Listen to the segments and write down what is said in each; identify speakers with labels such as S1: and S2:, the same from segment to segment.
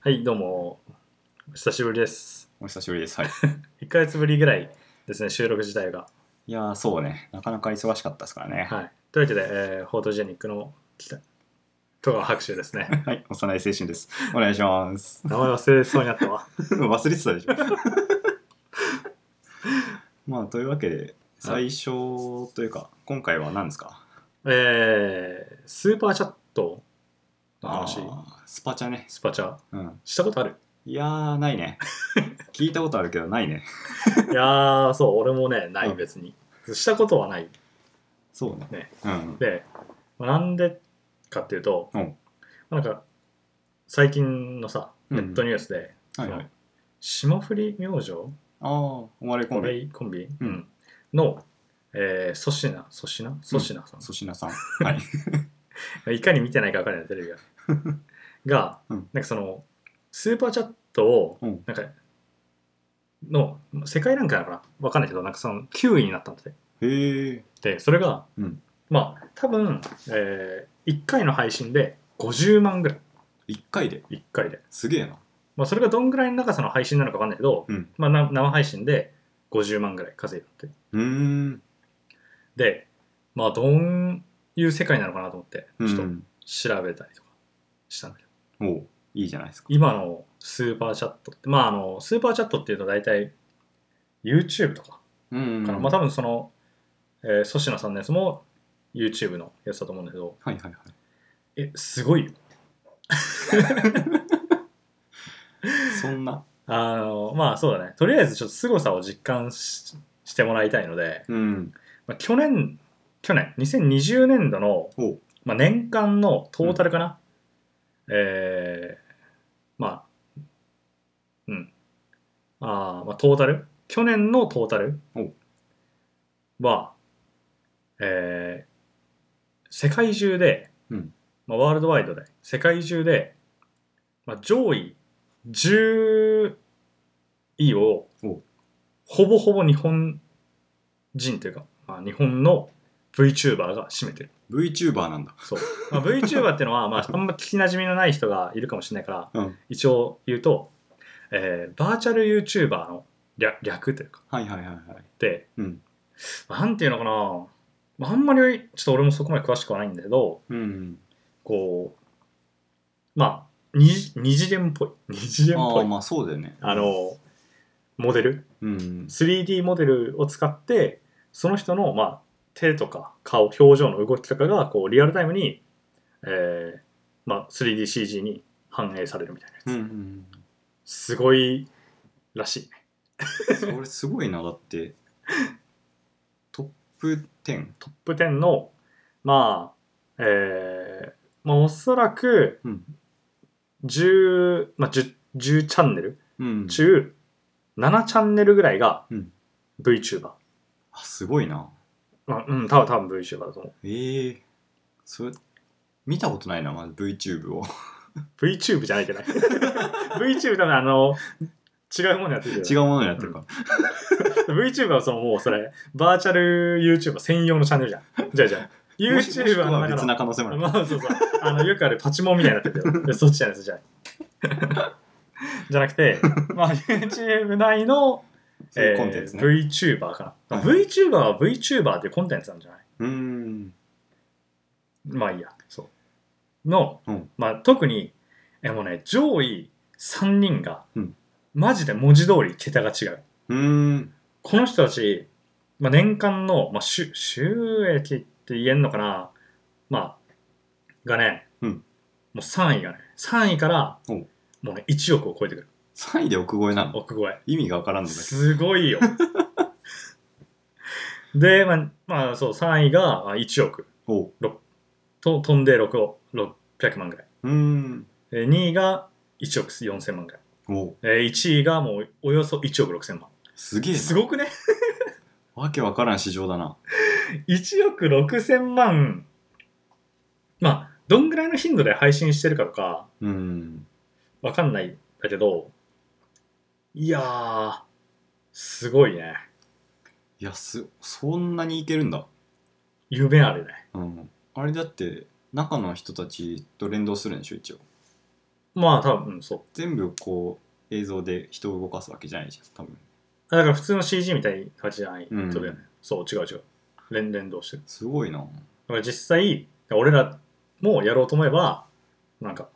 S1: はい、どうも。お久しぶりです。
S2: お久しぶりです。はい。
S1: 1ヶ月ぶりぐらいですね、収録自体が。
S2: いやー、そうね。なかなか忙しかったですからね。
S1: はい。というわけで、えーフォートジェニックの北戸川白秋ですね。
S2: はい。幼い青春です。お願いします。
S1: 名前忘れそうになったわ。
S2: 忘れてたでしょ。 まあ、というわけで、最初というか、今回は何ですか
S1: えー、スーパーチャットの話、
S2: あースパチャね。
S1: スパチャ、
S2: うん。
S1: したことある
S2: いやー、ないね。 聞いたことあるけど、ないね。
S1: いやー、そう、俺もね、ない、
S2: うん
S1: 別に。したことはない。
S2: そうね。
S1: ね
S2: うん。
S1: で、まあなんでかっていうと、
S2: うん
S1: なんか、最近のさ、
S2: うん
S1: ネットニュースで、
S2: はいはい。
S1: 霜降り明星
S2: ああ、お笑いコンビ。
S1: コンビ、
S2: うん
S1: の、えー、粗品粗品粗品さん、
S2: 粗品さん。 はい。
S1: いかに見てないか分からないテレ ビがが、
S2: うん
S1: なんかそのスーパーチャットを
S2: うん
S1: なんか、の世界ランクなのかな分かんないけどなんかその9位になったんだって
S2: へえ。
S1: でそれが、
S2: うん
S1: まあ多分、え1回の配信で50万ぐらい
S2: 一回で。
S1: 1回で、
S2: すげえな。
S1: まあ、それがどんぐらいの長さの配信なのか分かんないけど、
S2: うん。
S1: まあ、な生配信で50万ぐらい稼いだって
S2: うーん。
S1: でまあどういう世界なのかなと思って
S2: う
S1: ちょっと
S2: ん。
S1: 調べたりとかしたんだけど、
S2: おういいじゃないですか。
S1: 今のスーパーチャットってまああのスーパーチャットっていうと大体 YouTube とか
S2: うん
S1: かな、まあ多分その、えー粗品さんのやつも YouTube のやつだと思うんだけど
S2: はいはいはい。
S1: えすごいよ
S2: そんな。
S1: あのまあそうだねとりあえずちょっと凄さを実感ししてもらいたいので、
S2: うん。
S1: まあ、去年去年2020年度の
S2: おう
S1: まあ、年間のトータルかな、えーまあうんあー、まあ、トータル去年のトータル
S2: お
S1: はえー世界中で、
S2: うん
S1: まあ、ワールドワイドで世界中で、まあ、上位10位を
S2: お
S1: ほぼほぼ日本人というか、まあ、日本の VTuber が占めてる
S2: VTuber なんだ。
S1: そう、まあ、VTuber っていうのは、まあ、あんま聞きなじみのない人がいるかもしれないから
S2: うん。
S1: 一応言うと、えーバーチャル YouTuber の略略というか
S2: はいはいはいはい。
S1: で
S2: うん。
S1: なんていうのかなまああんまりちょっと俺もそこまで詳しくはないんだけど
S2: うん。
S1: こうまあ二次二次元っぽい二次元っ
S2: あ
S1: ぽ
S2: あ、
S1: い
S2: まあそうだよね。
S1: あ、のモデル
S2: うん。
S1: 3D モデルを使ってその人の、まあ、手とか顔表情の動きとかがこうリアルタイムに、えーまあ、3DCG に反映されるみたいな
S2: うんう
S1: やつ、
S2: ん。
S1: すごいらしいね
S2: それすごいな、だって。トップ10。
S1: トップ10のまあえーまあおそらく
S2: うん。
S1: 10、まあ、10, 10チャンネル
S2: うん。
S1: 中7チャンネルぐらいが
S2: うん
S1: VTuber、
S2: あ、すごいな。
S1: まあ、うん多分多分 VTuber だと思
S2: ええそれ、見たことないな、まず VTube を。
S1: う VTube じゃない けど VTube 多分あの違うものやってるけど
S2: 違うものになってるから。
S1: VTuber はそのもうそれバーチャル YouTuber 専用のチャンネルじゃんじゃあじゃあ
S2: もしもしく
S1: YouTuber の
S2: は
S1: 中
S2: 別
S1: の
S2: な可能性もある。
S1: まあそうそうあのよくあるパチモンみたいになってるけ どそっちじゃないですじゃあじゃなく て、まあ、YouTube 内の、
S2: そうい
S1: え
S2: うコンテンツ
S1: ー
S2: ね。
S1: VTuber かな、
S2: はい
S1: VTuber は VTuber っていうコンテンツなんじゃない
S2: うん。
S1: まあいいやそうの、
S2: うん
S1: まあ、特にえもうね上位3人が、
S2: うん
S1: マジで文字通り桁が違う
S2: うん。
S1: この人たち、まあ、年間の、まあ、収収益って言えんのかな、まあ、がね、
S2: うん
S1: もう3位がね、3位から、
S2: お
S1: もうね、1億を超えてくる、
S2: 3位で奥越えなの
S1: 億超え。
S2: 意味がわからんのだけど。
S1: すご いよ。で、まあ、まあ、そう、3位がまあ1億
S2: おう。
S1: と、飛んで6億、600万ぐらい。
S2: うん。
S1: で2位が1億4000万ぐらい。
S2: おう。
S1: え1位がもうおよそ1億6000万。
S2: すげえな。
S1: すごくね
S2: わけわからん市場だな。
S1: 1億6000万まあどんぐらいの頻度で配信してるかとか
S2: うん。
S1: わかんないんだけどいやーすごいね
S2: いや、す、そんなにいけるんだ。
S1: 夢あるね
S2: うん。あれだって、中の人たちと連動するんでしょ、一応。
S1: まあ多分そう
S2: 全部こう映像で人を動かすわけじゃないじゃん多分
S1: だから普通の CG みたいな感じじゃない、
S2: うん
S1: それよねそう違う違う連連動してる
S2: すごいな
S1: だから実際俺らもやろうと思えばなんか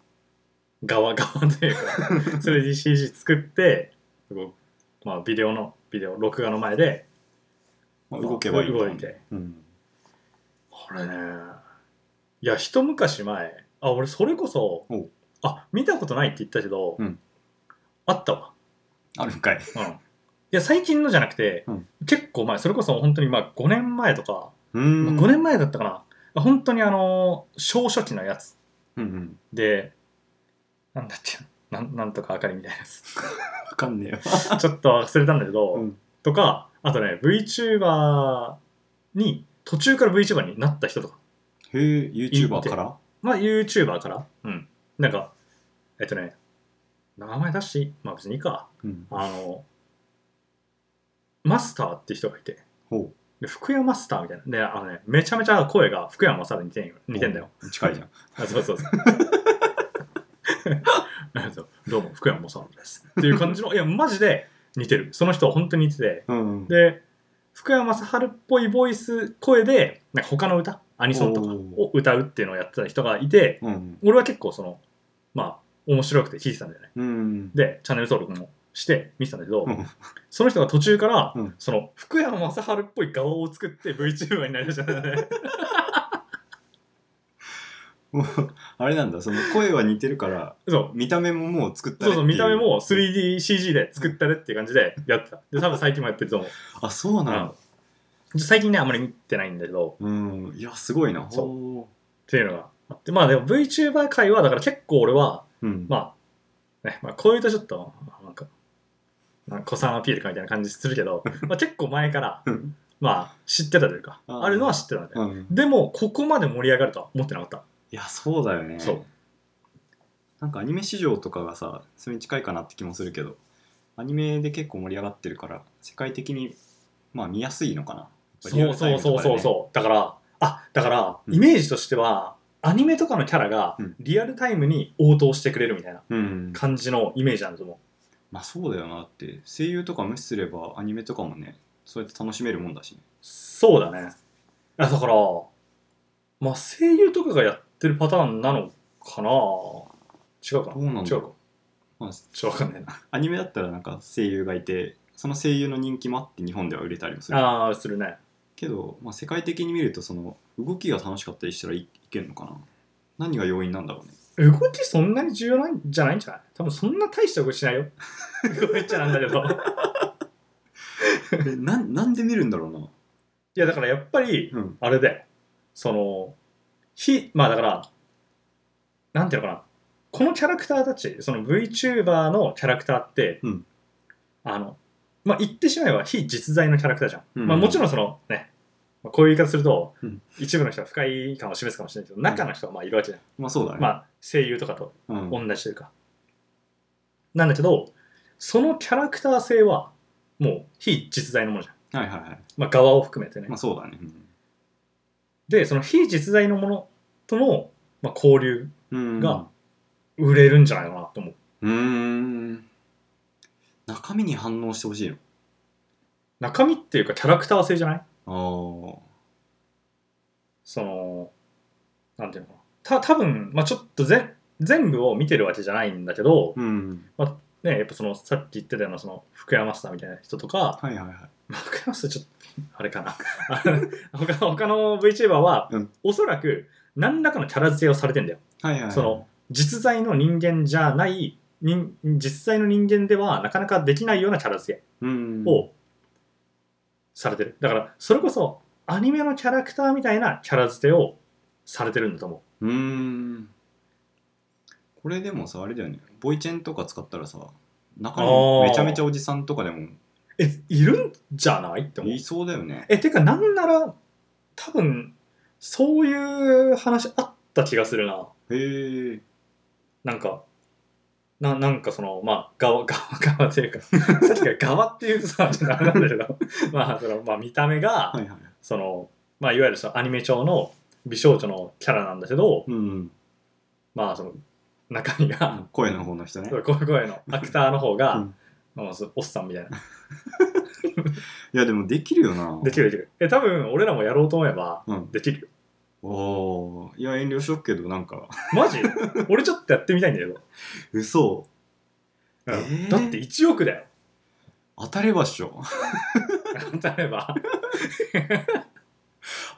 S1: 側側というか 3DCG 作ってこうまあビデオのビデオ録画の前で
S2: まあ、
S1: まあ
S2: 動けばいい
S1: 動いて
S2: うん、
S1: これねいや一昔前あ俺それこそ
S2: おう
S1: あ見たことないって言ったけど、
S2: うん
S1: あったわ
S2: あるんかい
S1: うんいや最近のじゃなくて、
S2: うん
S1: 結構前それこそ本当にまあ5年前とか、
S2: うん
S1: まあ5年前だったかな本当にあの小初期のやつ
S2: うんうん
S1: でなんだっけなんなんとかあかりみたいなやつ
S2: わかんねえわ
S1: ちょっと忘れたんだけど、
S2: うん
S1: とかあとね VTuber に途中から VTuber になった人とか
S2: へえ YouTuber から
S1: まあ YouTuber からうんなんかえっとね名前出していいまあ別にいいか
S2: うん
S1: あのマスターって人がいて
S2: ほ
S1: で福山マスターみたいなであのねめちゃめちゃ声が福山雅治に似てんよ
S2: う
S1: 似てんだよ
S2: ほう近いじゃん
S1: あそうそうそう あそうどうも福山雅治ですっていう感じのいやマジで似てるその人は本当に似てて
S2: うん
S1: で福山雅治っぽいボイス声でなんか他の歌アニソンとかを歌うっていうのをやってた人がいて
S2: うん
S1: 俺は結構そのまあ面白くて聞いてたんだよね
S2: うん
S1: でチャンネル登録もして見てたんだけど、
S2: うん
S1: その人が途中から、
S2: うん
S1: その福山雅治っぽい顔を作って VTuber になりましたんだ よね
S2: もう あれなんだその声は似てるから
S1: そう
S2: 見た目ももう作った
S1: そ
S2: ね
S1: う
S2: ってい
S1: そう見た目も 3DCG で作ったねっていう感じでやってたで多分最近もやってると思う
S2: あそうなんだ
S1: 最近ねあんまり見てないんだけど
S2: うんいやすごいな
S1: そう
S2: ほ
S1: っていうのがあってまあでも VTuber 界はだから結構俺は
S2: ううん
S1: まあ、ね、まあ、こういうとちょっと、なんか、なんか、子さんアピールかみたいな感じするけ ど、まあ結構前から、
S2: うん
S1: まあ、知ってたというか、
S2: あー
S1: あるのは知ってたんだよ。
S2: うん
S1: でも、ここまで盛り上がるとは思ってなかった。
S2: いやそうだよね
S1: そう
S2: なんかアニメ市場とかがさそれに近いかなって気もするけどアニメで結構盛り上がってるから世界的にまあ見やすいのかな
S1: そうそうそうそう
S2: う
S1: そう。だから、あ、だから、
S2: うん
S1: イメージとしては、アニメとかのキャラが
S2: うん
S1: リアルタイムに応答してくれるみたいな
S2: うん
S1: 感じのイメージなんだと思
S2: まあそうだよなって声優とか無視すればアニメとかもねそうやって楽しめるもんだしね
S1: う。そうだね。あだから、まあ、声優とかがやってるパターンなのかな違うかな
S2: どうなんだ
S1: 違う
S2: ろう
S1: か。
S2: まあ
S1: ちょっとわか んないな。
S2: アニメだったらなんか声優がいてその声優の人気もあって日本では売れたりもする
S1: ああするね
S2: けど、まあ、世界的に見るとその動きが楽しかったりしたらいいけるのかな何が要因なんだろうね
S1: 動きそんなに重要なんじゃないんじゃない多分そんな大した動きしないよ 動いちゃなんだけど
S2: えななんで見るんだろう
S1: いやだからやっぱり
S2: な、うん、
S1: あれでその非まあだからなんていうのかなこのキャラクターたちその VTuber のキャラクターって、
S2: うん
S1: あのまあ言ってしまえば非実在のキャラクターじゃん、
S2: うん
S1: まあ、もちろんそのねまあこういう言い方すると、
S2: うん
S1: 一部の人は不快感を示すかもしれないけど中の人はまあいるわけじゃん、
S2: まあそうだね、
S1: まあ声優とかと
S2: うん、
S1: 同じというか、なんだけどそのキャラクター性はもう非実在のものじゃん、
S2: はいはいはい。
S1: まあ、側を含めてね、
S2: まあそうだね。うん
S1: でその非実在のものとの、まあ、交流
S2: うん
S1: が売れるんじゃないかなと思う
S2: うーん。中身に反応してほしい
S1: 中身っていうかキャラクター性じゃない
S2: の。
S1: そのなんていうのかなた多分まあちょっとぜ全部を見てるわけじゃないんだけど
S2: あ、あ。うん。
S1: ね、やっぱそのさっき言ってたようなその福山マスターみたいな人とか、
S2: はいはいはい。
S1: まあ福山さんちょっとあれかな あの他他の VTuber は、
S2: うん
S1: おそらく何らかのキャラ付けをされてんだよ
S2: はいはいはい。
S1: その、実在の人間じゃない人実在の人間ではなかなかできないようなキャラ付
S2: うん。
S1: けをされてるだからそれこそアニメのキャラクターみたいなキャラ付けをされてるんだと思
S2: うーん。これでもさ、あれだよね。ボイチェンとか使ったらさ、中
S1: あ
S2: 身
S1: ー
S2: めちゃめちゃおじさんとかでも
S1: うえいるんじゃないって思う
S2: いそうだよね。
S1: えてかなんなら多分そういう話あった気がするな
S2: へえ。
S1: なんか、ななんかその、まあ、側、 側、側というか、さっきから側っていうさ、ちょっとあれなんだけ ど、まあ、その、まあ、見た目が、
S2: はいはい。
S1: その、まあ、いわゆるそのアニメ調の美少女のキャラなんだけど、
S2: うん。
S1: まあ、その、中身
S2: あ
S1: が、
S2: の声の方の人ね
S1: そう 声声のアクターの方が、
S2: うん
S1: まあそうおっさんみたいな。
S2: いやでもできるよな
S1: できるできる。え、多分俺らもやろうと思えば、
S2: うん
S1: できるよ。
S2: おーいや遠慮しとくけどなんか
S1: マジ俺ちょっとやってみたいんだけど。
S2: 嘘
S1: うん
S2: えー
S1: だって1億だよ。
S2: 当たればっしょ
S1: 例えば。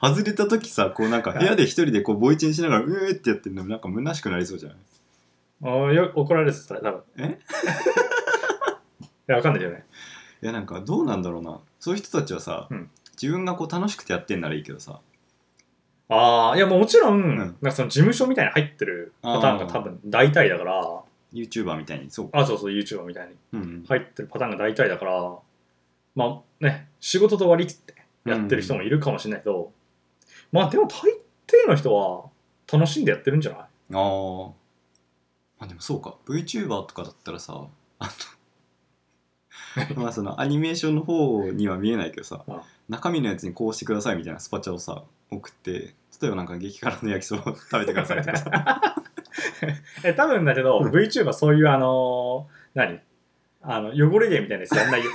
S2: 外れた時さこうなんか
S1: はい
S2: 部屋で一人でこうボイチンしながらうーってやってるのもなんか虚しくなりそうじゃない
S1: あーよ怒られてたら多分。
S2: え
S1: いや、わかんないけどね。
S2: いやなんかどうなんだろうなそういう人たちはさ、
S1: うん
S2: 自分がこう楽しくてやってんならいいけどさ
S1: ああ、いや、もうもちろん、
S2: ん
S1: なんかその事務所みたいに入ってるパターンが多分大体だから、
S2: YouTuber みたいにそうか、
S1: あそうそう、YouTuber みたいに
S2: うんうん
S1: 入ってるパターンが大体だから、まあね、仕事と割り切ってやってる人もいるかもしれないけど、まあでも大抵の人は楽しんでやってるんじゃない
S2: あーあでもそうか VTuber とかだったらさあのまあそのアニメーションの方には見えないけどさ
S1: あ
S2: 中身のやつにこうしてくださいみたいなスパチャをさ送って例えばなんか激辛の焼きそばを食べてくださいとかさ
S1: え、多分だけど、
S2: うん
S1: VTuber そういうあのー何あの、汚れ芸みたいなやつやん ないよ。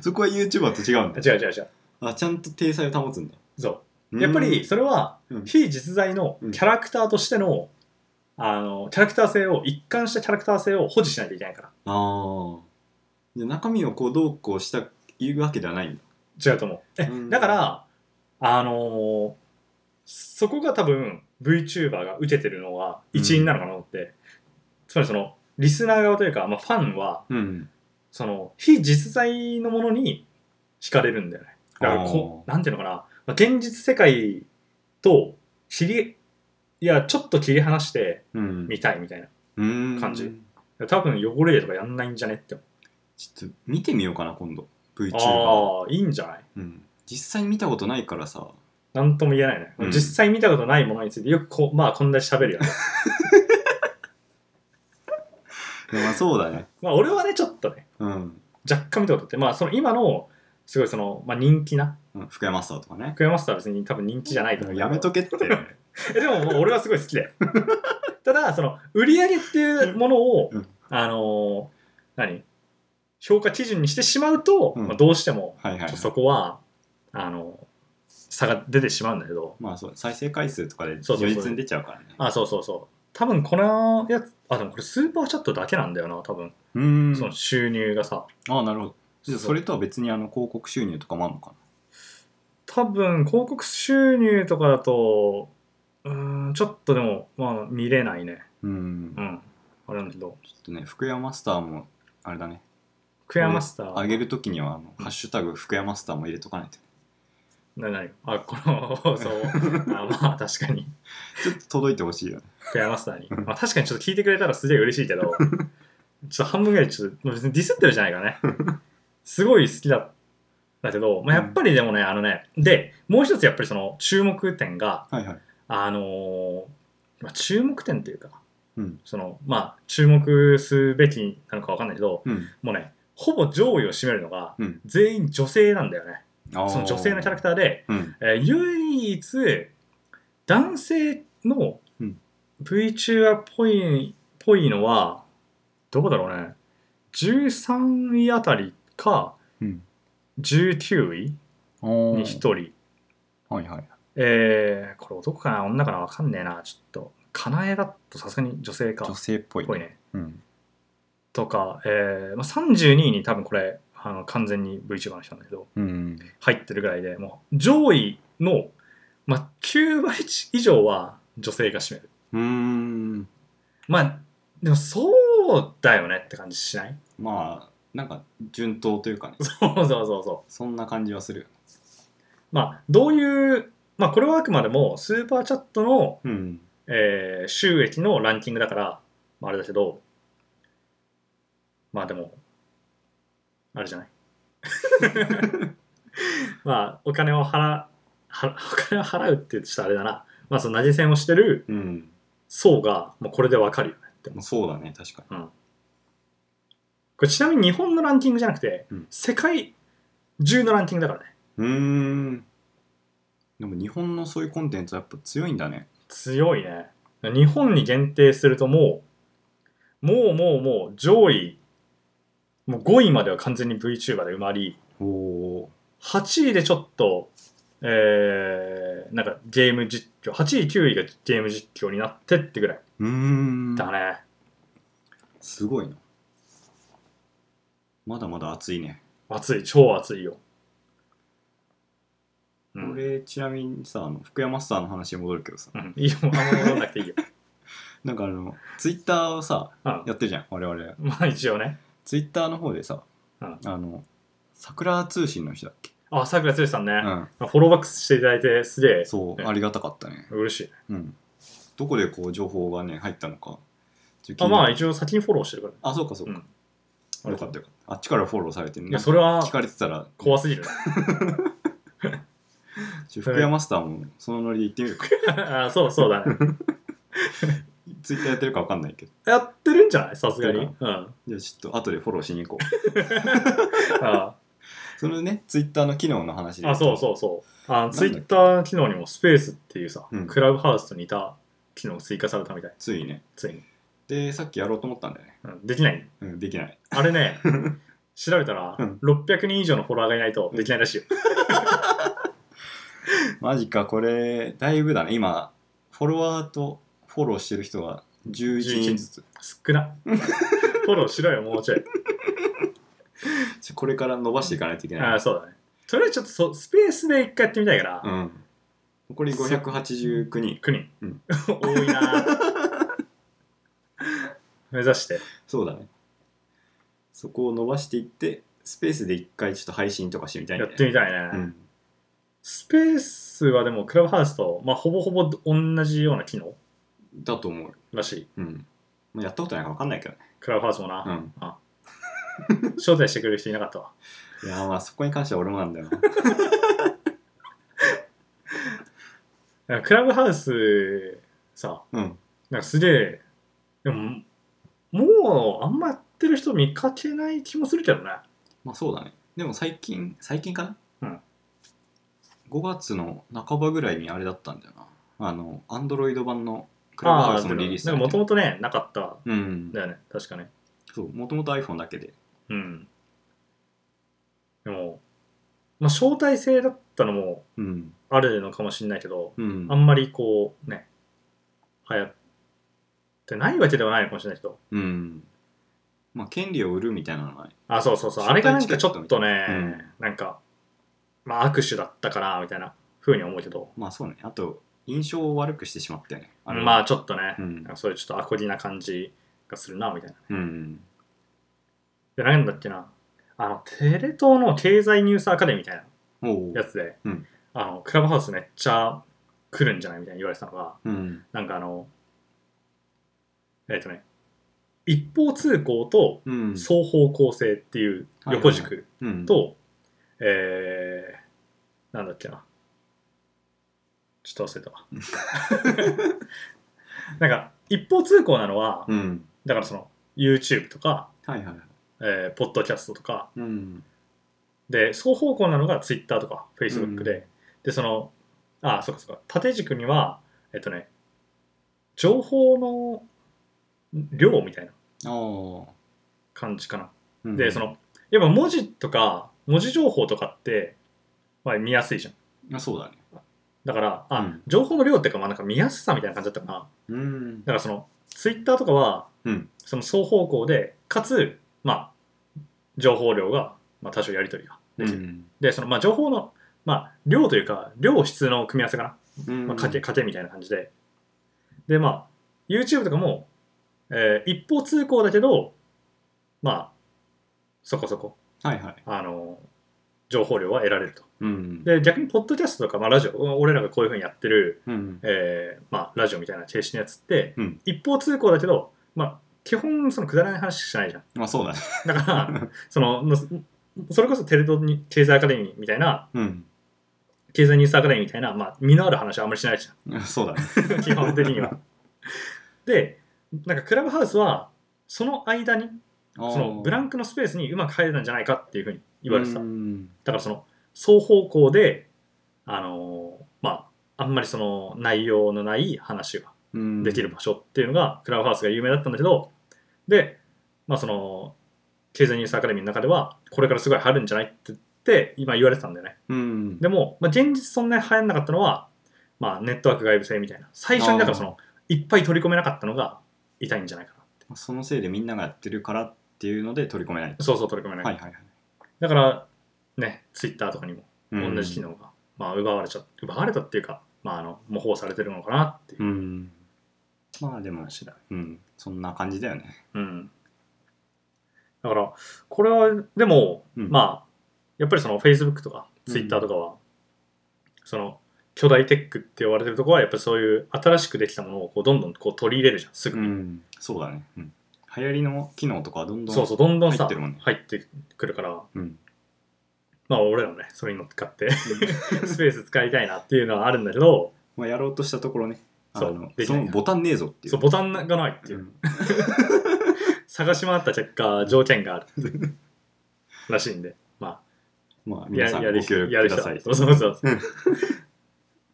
S2: そこは YouTuber と違うんだ
S1: 違う違う違う。
S2: あちゃんと体裁を保つんだ
S1: そうう。
S2: ん
S1: やっぱりそれは
S2: うん
S1: 非実在の
S2: うん
S1: キャラクターとしての、あの、キャラクター性を、一貫したキャラクター性を保持しないといけないから。
S2: ああじゃあ中身をこうどうこうしたいうわけではないんだ
S1: 違うと思う。え
S2: うん
S1: だから、あのーそこが多分 VTuber が受けてるのは一因なのかなと思って、つまりその、リスナー側というか、まあ、ファンは、
S2: うん
S1: その、非実在のものに惹かれるんだよね。だからこ
S2: あ
S1: う、なんていうのかな、まあ、現実世界と切り、いや、ちょっと切り離して
S2: うん
S1: みたいみたいな。
S2: うん
S1: 感じ多分汚れとかやんないんじゃねって思
S2: ちょっと見てみようかな今度 VTuber、
S1: う。ああ、いいんじゃない
S2: うん、実際に見たことないからさ
S1: なんとも言えないね。
S2: うん
S1: 実際見たことないものについてよくこう、まあこんなに喋るよね。
S2: いやまあそうだね
S1: まあ俺はね、ちょっとね、
S2: うん、
S1: 若干見たことあって、まあその今の、すごいその、まあ人気な、
S2: うん、福山スターとかね
S1: 福山スターは別に多分人気じゃないと
S2: も
S1: 思う
S2: う
S1: けど。
S2: やめとけって
S1: えでも もう俺はすごい好きだよただその売り上げっていうものを、
S2: うん
S1: あのー何評価基準にしてしまうと、
S2: うん
S1: まあ、どうしても
S2: はいはい、
S1: ちょっ
S2: はい
S1: と、そこはあの差が出てしまうんだけど
S2: まあそう再生回数とかで
S1: そうそうそう
S2: 如実に出ちゃうからね
S1: あそうそうそう多分このやつあでもこれスーパーチャットだけなんだよな多分、
S2: うーん
S1: その収入がさ
S2: ああなるほどじゃあ
S1: そう
S2: それとは別にあの広告収入とかもあるのか
S1: 多分広告収入とかだとうーんちょっとでもまあ見れないね
S2: なうん
S1: う、んあれなんだけど
S2: ちょっとね福山スターもあれだね
S1: クヤマスター
S2: 上げるときにはあの、ハッシュタグ福山スターも入れとかないと
S1: な何あこの放送あまあ確かに
S2: ちょっと届いてほしいよね
S1: 福山マスターに、まあ、確かにちょっと聞いてくれたらすげえ嬉しいけどちょっと半分ぐらいちょっとまあ別にディスってるじゃないからねすごい好きだだけど、まあ、やっぱりでもね、あのねでもう一つやっぱりその注目点が
S2: はいはい
S1: あのーまあ、注目点というか
S2: うん
S1: そのまあ注目すべきなのかわかんないけど
S2: うん
S1: もうねほぼ上位を占めるのが
S2: うん
S1: 全員女性なんだよね、
S2: あー
S1: その女性のキャラクターで
S2: うん
S1: えー唯一男性の
S2: うん
S1: VTuber っぽいぽいのはどこだろうね13位あたりか
S2: うん
S1: 19位に1
S2: に
S1: 人、
S2: はいはい
S1: えーこれ男かな女かなわかんねえなちょっとかなえだとさすがに女性か
S2: 女性っぽい
S1: ぽい
S2: ね
S1: ね
S2: うん
S1: とか、えーまあ、32位に多分これあの完全に VTuber の人なんだけど
S2: うん
S1: 入ってるぐらいでもう上位の、まあ、9割以上は女性が占める
S2: うーん
S1: まあでもそうだよねって感じしない
S2: まあなんか順当というかね
S1: そうそうそうそ
S2: そんな感じはする
S1: うまあどういうまあこれはあくまでもスーパーチャットの、
S2: うん
S1: えー収益のランキングだから、まあ、あれだけどまあでもあれじゃない まあお金を払払お金を払うって言うとちょっとあれだなまあその投げ銭をしてる
S2: うん
S1: 層が、まあ、これでわかるよねって思う
S2: そうだね確か
S1: これちなみに日本のランキングじゃなくて、
S2: うん
S1: 世界中のランキングだからね
S2: にうーんでも日本のそういうコンテンツはやっぱ強いんだね
S1: 強いね日本に限定するともうもうもうもう上位もう5位までは完全に VTuber で埋まり
S2: おお
S1: 8位でちょっとえー、なんかゲーム実況8位9位がゲーム実況になってってぐらいう
S2: ーん
S1: だね、
S2: すごいなまだまだ暑いね、
S1: 暑い超暑いよ、うん、
S2: 俺ちなみにさあの福山スターの話に戻るけどさ
S1: うん、いいよ、あんま戻んなくていいよ。
S2: なんかあのツイッターをさ
S1: うん、
S2: やってるじゃん我々
S1: まあ一応ね。
S2: ツイッターの方でさ、
S1: うん
S2: あの桜通信の人だっけ、
S1: あ、さくらつさんね、
S2: うん、
S1: フォローバックしていただいて、すげえ
S2: そう、
S1: ね
S2: ありがたかったね、
S1: 嬉しい。
S2: うん、どこでこう情報がね入ったのかちょっと気
S1: あ
S2: にな
S1: ま
S2: る
S1: あ一応先にフォローしてるか
S2: あそうかそう
S1: ら、
S2: か、
S1: ね。うん。
S2: よかったよかったあっちからフォローされてね
S1: いや、それは
S2: 聞かれてたら
S1: 怖すぎるね。
S2: ちょ福山スターもそのノリで行ってみるか
S1: あそうそうだね。
S2: ツイッターやってるか分かんないけど
S1: やってるんじゃないさすがに。
S2: や
S1: う
S2: っ
S1: ん。あ
S2: じゃあちょっと後でフォローしに行こう
S1: あ
S2: そのねツイッターの機能の話で
S1: あ、そう
S2: う
S1: そうそう。あ
S2: んだっ
S1: ツ
S2: け
S1: イッター機能にもスペースっていうさ、
S2: うん
S1: クラブハウスと似た機能追加されたみたい。
S2: ついね
S1: ついに。
S2: でさっきやろうと思ったんだよね
S1: うん、できない。
S2: うんできない
S1: あれ ね、調べたら、
S2: うん
S1: 600人以上のフォロワーがいないとできないらしいよ。
S2: マジかこれだいぶだね今フォロワーとフォローしてる人が11人ずつ
S1: 少な。 フォローしろよ、もうちょい。
S2: ちょこれから伸ばしていかないといけ
S1: あ
S2: な
S1: あ、
S2: い
S1: そうだね。とりあえずちょっとそスペースで一回やってみたいから、
S2: うん残り589人
S1: 9人。
S2: うん
S1: 多いなー目指して。
S2: そうだねそこを伸ばしていってスペースで一回ちょっと配信とかしてみたい
S1: や
S2: ね
S1: ってみたいね。
S2: うん
S1: スペースはでも、クラブハウスと、まあ、ほぼほぼ同じような機能
S2: だと思う
S1: らしい。
S2: うんまあやったことないから分かんないけどね
S1: クラブハウスもな。
S2: うん
S1: 招待してくれる人いなかったわ。
S2: いやーまあそこに関しては俺もなんだよな
S1: なんかクラブハウス、さ、
S2: うん
S1: なんかすげえ、でも、もう、あんまやってる人見かけない気もするけどね。
S2: まあそうだねでも最近最近かな
S1: うん
S2: 5月の半ばぐらいにあれだったんだよなあのアンドロイド版のクラブハウスのリリース
S1: あー
S2: だ
S1: でも
S2: ね
S1: もともとね、なかったん
S2: うん
S1: だよね、確かね。
S2: そうもともと iPhone だけで
S1: うん。でも、まあ、招待制だったのも
S2: うん
S1: あるのかもしれないけど、
S2: うん
S1: あんまりこう、ね、流行ってないわけではないのかもしれないけど、
S2: うんまあ権利を売るみたいなのはない
S1: あ、そうそうそう、あれがなんかちょっとね、なんか、まあ、握手だったかな、みたいな風に思うけど、
S2: まあそうねあと印象を悪くしてしまったよねれは
S1: まあ、ちょっとね、
S2: うん
S1: なんかそういうちょっとアコギな感じがするな、みたいな。
S2: うん
S1: で、なんだっけな、あの、テレ東の経済ニュースアカデミーみたいな。
S2: おお
S1: やつで、
S2: うん
S1: あのクラブハウスめっちゃ来るんじゃないみたいに言われてたのが
S2: うん
S1: なんかあのえっ、とね一方通行と
S2: うん
S1: 双方向性っていう横軸
S2: うん
S1: と、えー、なんだっけなちょっと忘れたわ なんか一方通行なのは、
S2: うん
S1: だからその YouTube とか、
S2: はいはいはい
S1: えー、ポッドキャストとか
S2: うん
S1: で双方向なのが Twitter とか Facebook で、
S2: うん
S1: でそのあそうかそうか縦軸にはえっとね情報の量みたいな
S2: ああ、
S1: 感じかな、
S2: うん
S1: でそのやっぱ文字とか文字情報とかって、まあ、見やすいじゃん
S2: あそうだね
S1: だからあ、
S2: うん
S1: 情報の量っていうか,、まあ、なんか見やすさみたいな感じだったかな
S2: うん
S1: だからその Twitter とかは、
S2: うん
S1: その双方向でかつまあ情報量が、まあ、多少やり取りができる、でそのまあ情報の、まあ、量というか量質の組み合わせかな、
S2: うん
S1: まあ、かけかけみたいな感じででまあ YouTube とかも、えー一方通行だけどまあそこそこ
S2: はいはい
S1: あの情報量は得られると
S2: うん
S1: で逆にポッドキャストとか、まあ、ラジオ俺らがこういうふうにやってる、
S2: うん
S1: えーまあ、ラジオみたいな形式のやつって、
S2: うん
S1: 一方通行だけど、まあ、基本そのくだらない話しかないじゃん
S2: まあそうだね
S1: だから そののそれこそテレ東に経済アカデミーみたいな
S2: うん
S1: 経済ニュースアカデミーみたいな、まあ、身のある話はあんまりしないじ
S2: そうだね
S1: ゃ ん基本的には。でなんかクラブハウスはその間に そのブラン
S2: ク
S1: クのスペースにうまく入れたんじゃないかっていうふうに言われてた、
S2: うん
S1: だからその双方向であのーまああんまりその内容のない話が
S2: うん
S1: できる場所っていうのがクラブハウスが有名だったんだけどで、まあ、その経済ニュースアカデミーの中ではこれからすごい流行るんじゃないって言って今言われてたんだよね
S2: うん
S1: でも、まあ、現実そんなに流行んなかったのは、まあ、ネットワーク外部性みたいな最初にだからそのいっぱい取り込めなかったのが痛いんじゃないかな
S2: そのせいでみんながやってるからっていうので取り込めない
S1: そうそう取り込めない、
S2: はいはいはい
S1: だからねツイッターとかにも同じ機
S2: の
S1: 能が、まあ、奪われちゃ奪われたっていうか、まあ、あの模倣されてるのかなっていう、
S2: うんまあでもうんそんな感じだよね
S1: うん、だからこれはでも、
S2: うん
S1: まあやっぱりその Facebook とか
S2: うん
S1: Twitter とかは、その巨大テックって呼ばれてるところはやっぱりそういう新しくできたものをこうどんどんこう取り入れるじゃんすぐ
S2: う
S1: に、
S2: んそうだねうん流行りの機能とかはどんどん
S1: そうそうどんどんさ
S2: 入ってるもんね
S1: 入ってくるから
S2: うん
S1: まあ俺らもねそれに乗っかって スペース使いたいなっていうのはあるんだけど
S2: まあやろうとしたところねあ
S1: そう
S2: の
S1: でき
S2: そ
S1: ない
S2: のボタンねえぞっていう
S1: そうボタンがないっていう、
S2: うん
S1: 探し回った結果条件がある らしいんでまあ
S2: まあ皆
S1: や
S2: さん
S1: や
S2: ご
S1: る人
S2: 協力
S1: やる
S2: く
S1: 人
S2: ださい
S1: そうそうそう
S2: うん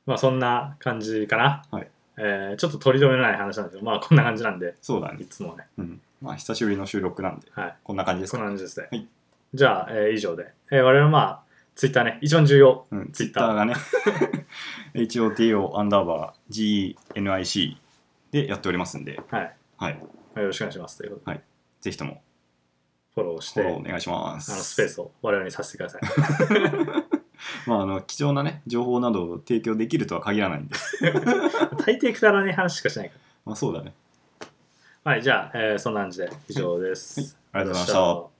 S1: まあそんな感じかな、
S2: はい
S1: えーちょっと取り留めのない話なんですけどまあこんな感じなんで
S2: そうだね
S1: いつもね
S2: うんまあ久しぶりの収録なんで
S1: はい
S2: こんな感じです
S1: こんな
S2: か
S1: 感じですね、
S2: はい
S1: じゃあ、えー以上で、えー我々はまあツイッターね一番重要
S2: うんツイッ
S1: Twitter
S2: ターがね HOTO アンダーバー GNIC でやっておりますんで
S1: はい
S2: はい
S1: よろしくお願いしますということで
S2: ぜひとも
S1: フォローし
S2: フ
S1: て
S2: ォ
S1: あ
S2: ローお
S1: の
S2: 願いします
S1: スペースを我々にさせてください
S2: まああの貴重なね情報などを提供できるとは限らないんで
S1: 大抵くだらない話しかしないか
S2: まあそうだね
S1: らはいじゃあ、えーそんな感じで以上です、
S2: ありがとうございました
S1: た